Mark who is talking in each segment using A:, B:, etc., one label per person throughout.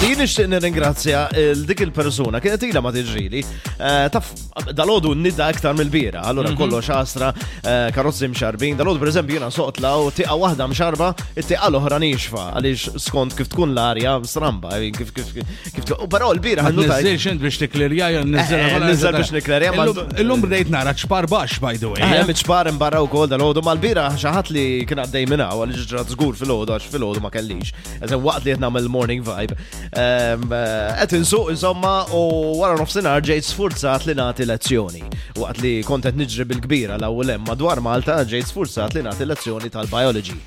A: Jien nixtieq nirringrazzja il dik il-persuna kienet ilha ma tiġrili. Eh, Taf dalodu nida aktar mill-bira, allura kollox asra eh, karozzi mxarbin, dalodu pereżempju jiena soqtla u tiqa waħda mxarba, it-tiqa l-oħra nixfa għaliex skont kif tkun l-arja stramba, eh, kif kif kif tkun- u però l-bira ħannu tajt.
B: Nizzilx int biex tiklerja, jew nizzilha
A: Eh,
B: bħala
A: nizzil biex
B: nizzilha.
A: niklerja, ma-
B: Illum- Illum bdejt nara ċpar bax, by the way.
A: Hemm iċbar imbarra wkoll dal-ħodu mal-bira xaħat li kien għaddej minna għal ġrat żgur fil-ħodu għax fil-ħodu ma kellix. Eżem waqt li qed nagħmel morning vibe. Qed insuq insomma u wara nofsinhar ġejt sfurzat li nagħti lezzjoni. Waqt li kont qed niġri bil-kbira l-ewwel hemm madwar Malta ġejt sfurzat li nagħti lezzjoni tal-biology.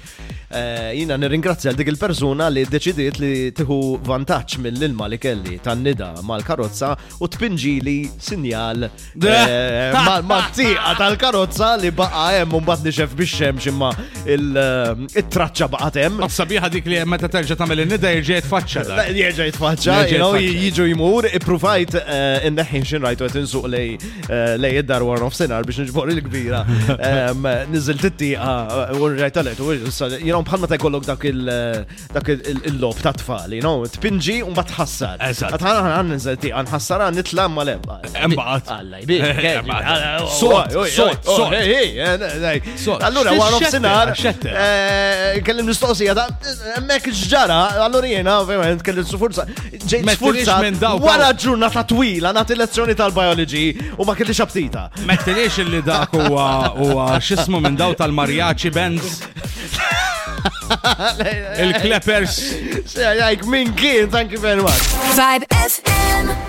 A: Eh, jina nirringrazzja l dik il-persuna li deċidiet li tiħu vantaġġ mill-ilma li kelli tan-nida mal-karozza u tpinġili sinjal eh, ma- mat-tieqa tal-karozza li baqa hemm u mbagħad nixef bix-xemx imma il- eh, it-traċċa baqgħet hemm.
B: Ma sabiħa dik li meta terġa' tagħmel in-nida jerġa' jitfaċċa dak.
A: Jieġa jitfaċċa,
B: Jerġa'
A: you know,
B: jitfaċċa.
A: jiġu jimur, ippruvajt eh, inneħħin xin rajtu għet insuq lej eh, lej id-dar war of senar biex nġbor il-kbira. Em, Nizilt it-tiqa u rajt għalet, u jina bħalma ta' jkollok dak il- eh, dak il- il- il-lob ta' tfal, you know, tpinġi un bat ħassar.
B: Eżatt.
A: Għatħan għan nizilt tiqa, nħassar għan nitla ma lebqa.
B: Imbagħad.
A: Alla, jbi.
B: Imbagħad.
A: Sot, sot,
B: Sot, sot,
A: sot.
B: sot.
A: Sot.
B: Sot.
A: Allura, war of
B: X'xetter,
A: senar.
B: x'xetter.
A: Eh, kellim mistoqsija ta' eh, emmek ġara, allora jena, verament, kellim su forza. Ġejt
B: Ma tirix
A: forza
B: minn dawk,
A: wara
B: dawk.
A: ġurnata twila nagħti lezzjoni tal-biology u oh, ma kellix abtita.
B: Mettiliex illi dak huwa huwa x'ismu minn daw tal-marjaċi bands. Il-Clappers.
A: Jajk, min kien, thank you very much.
C: Vibe FM.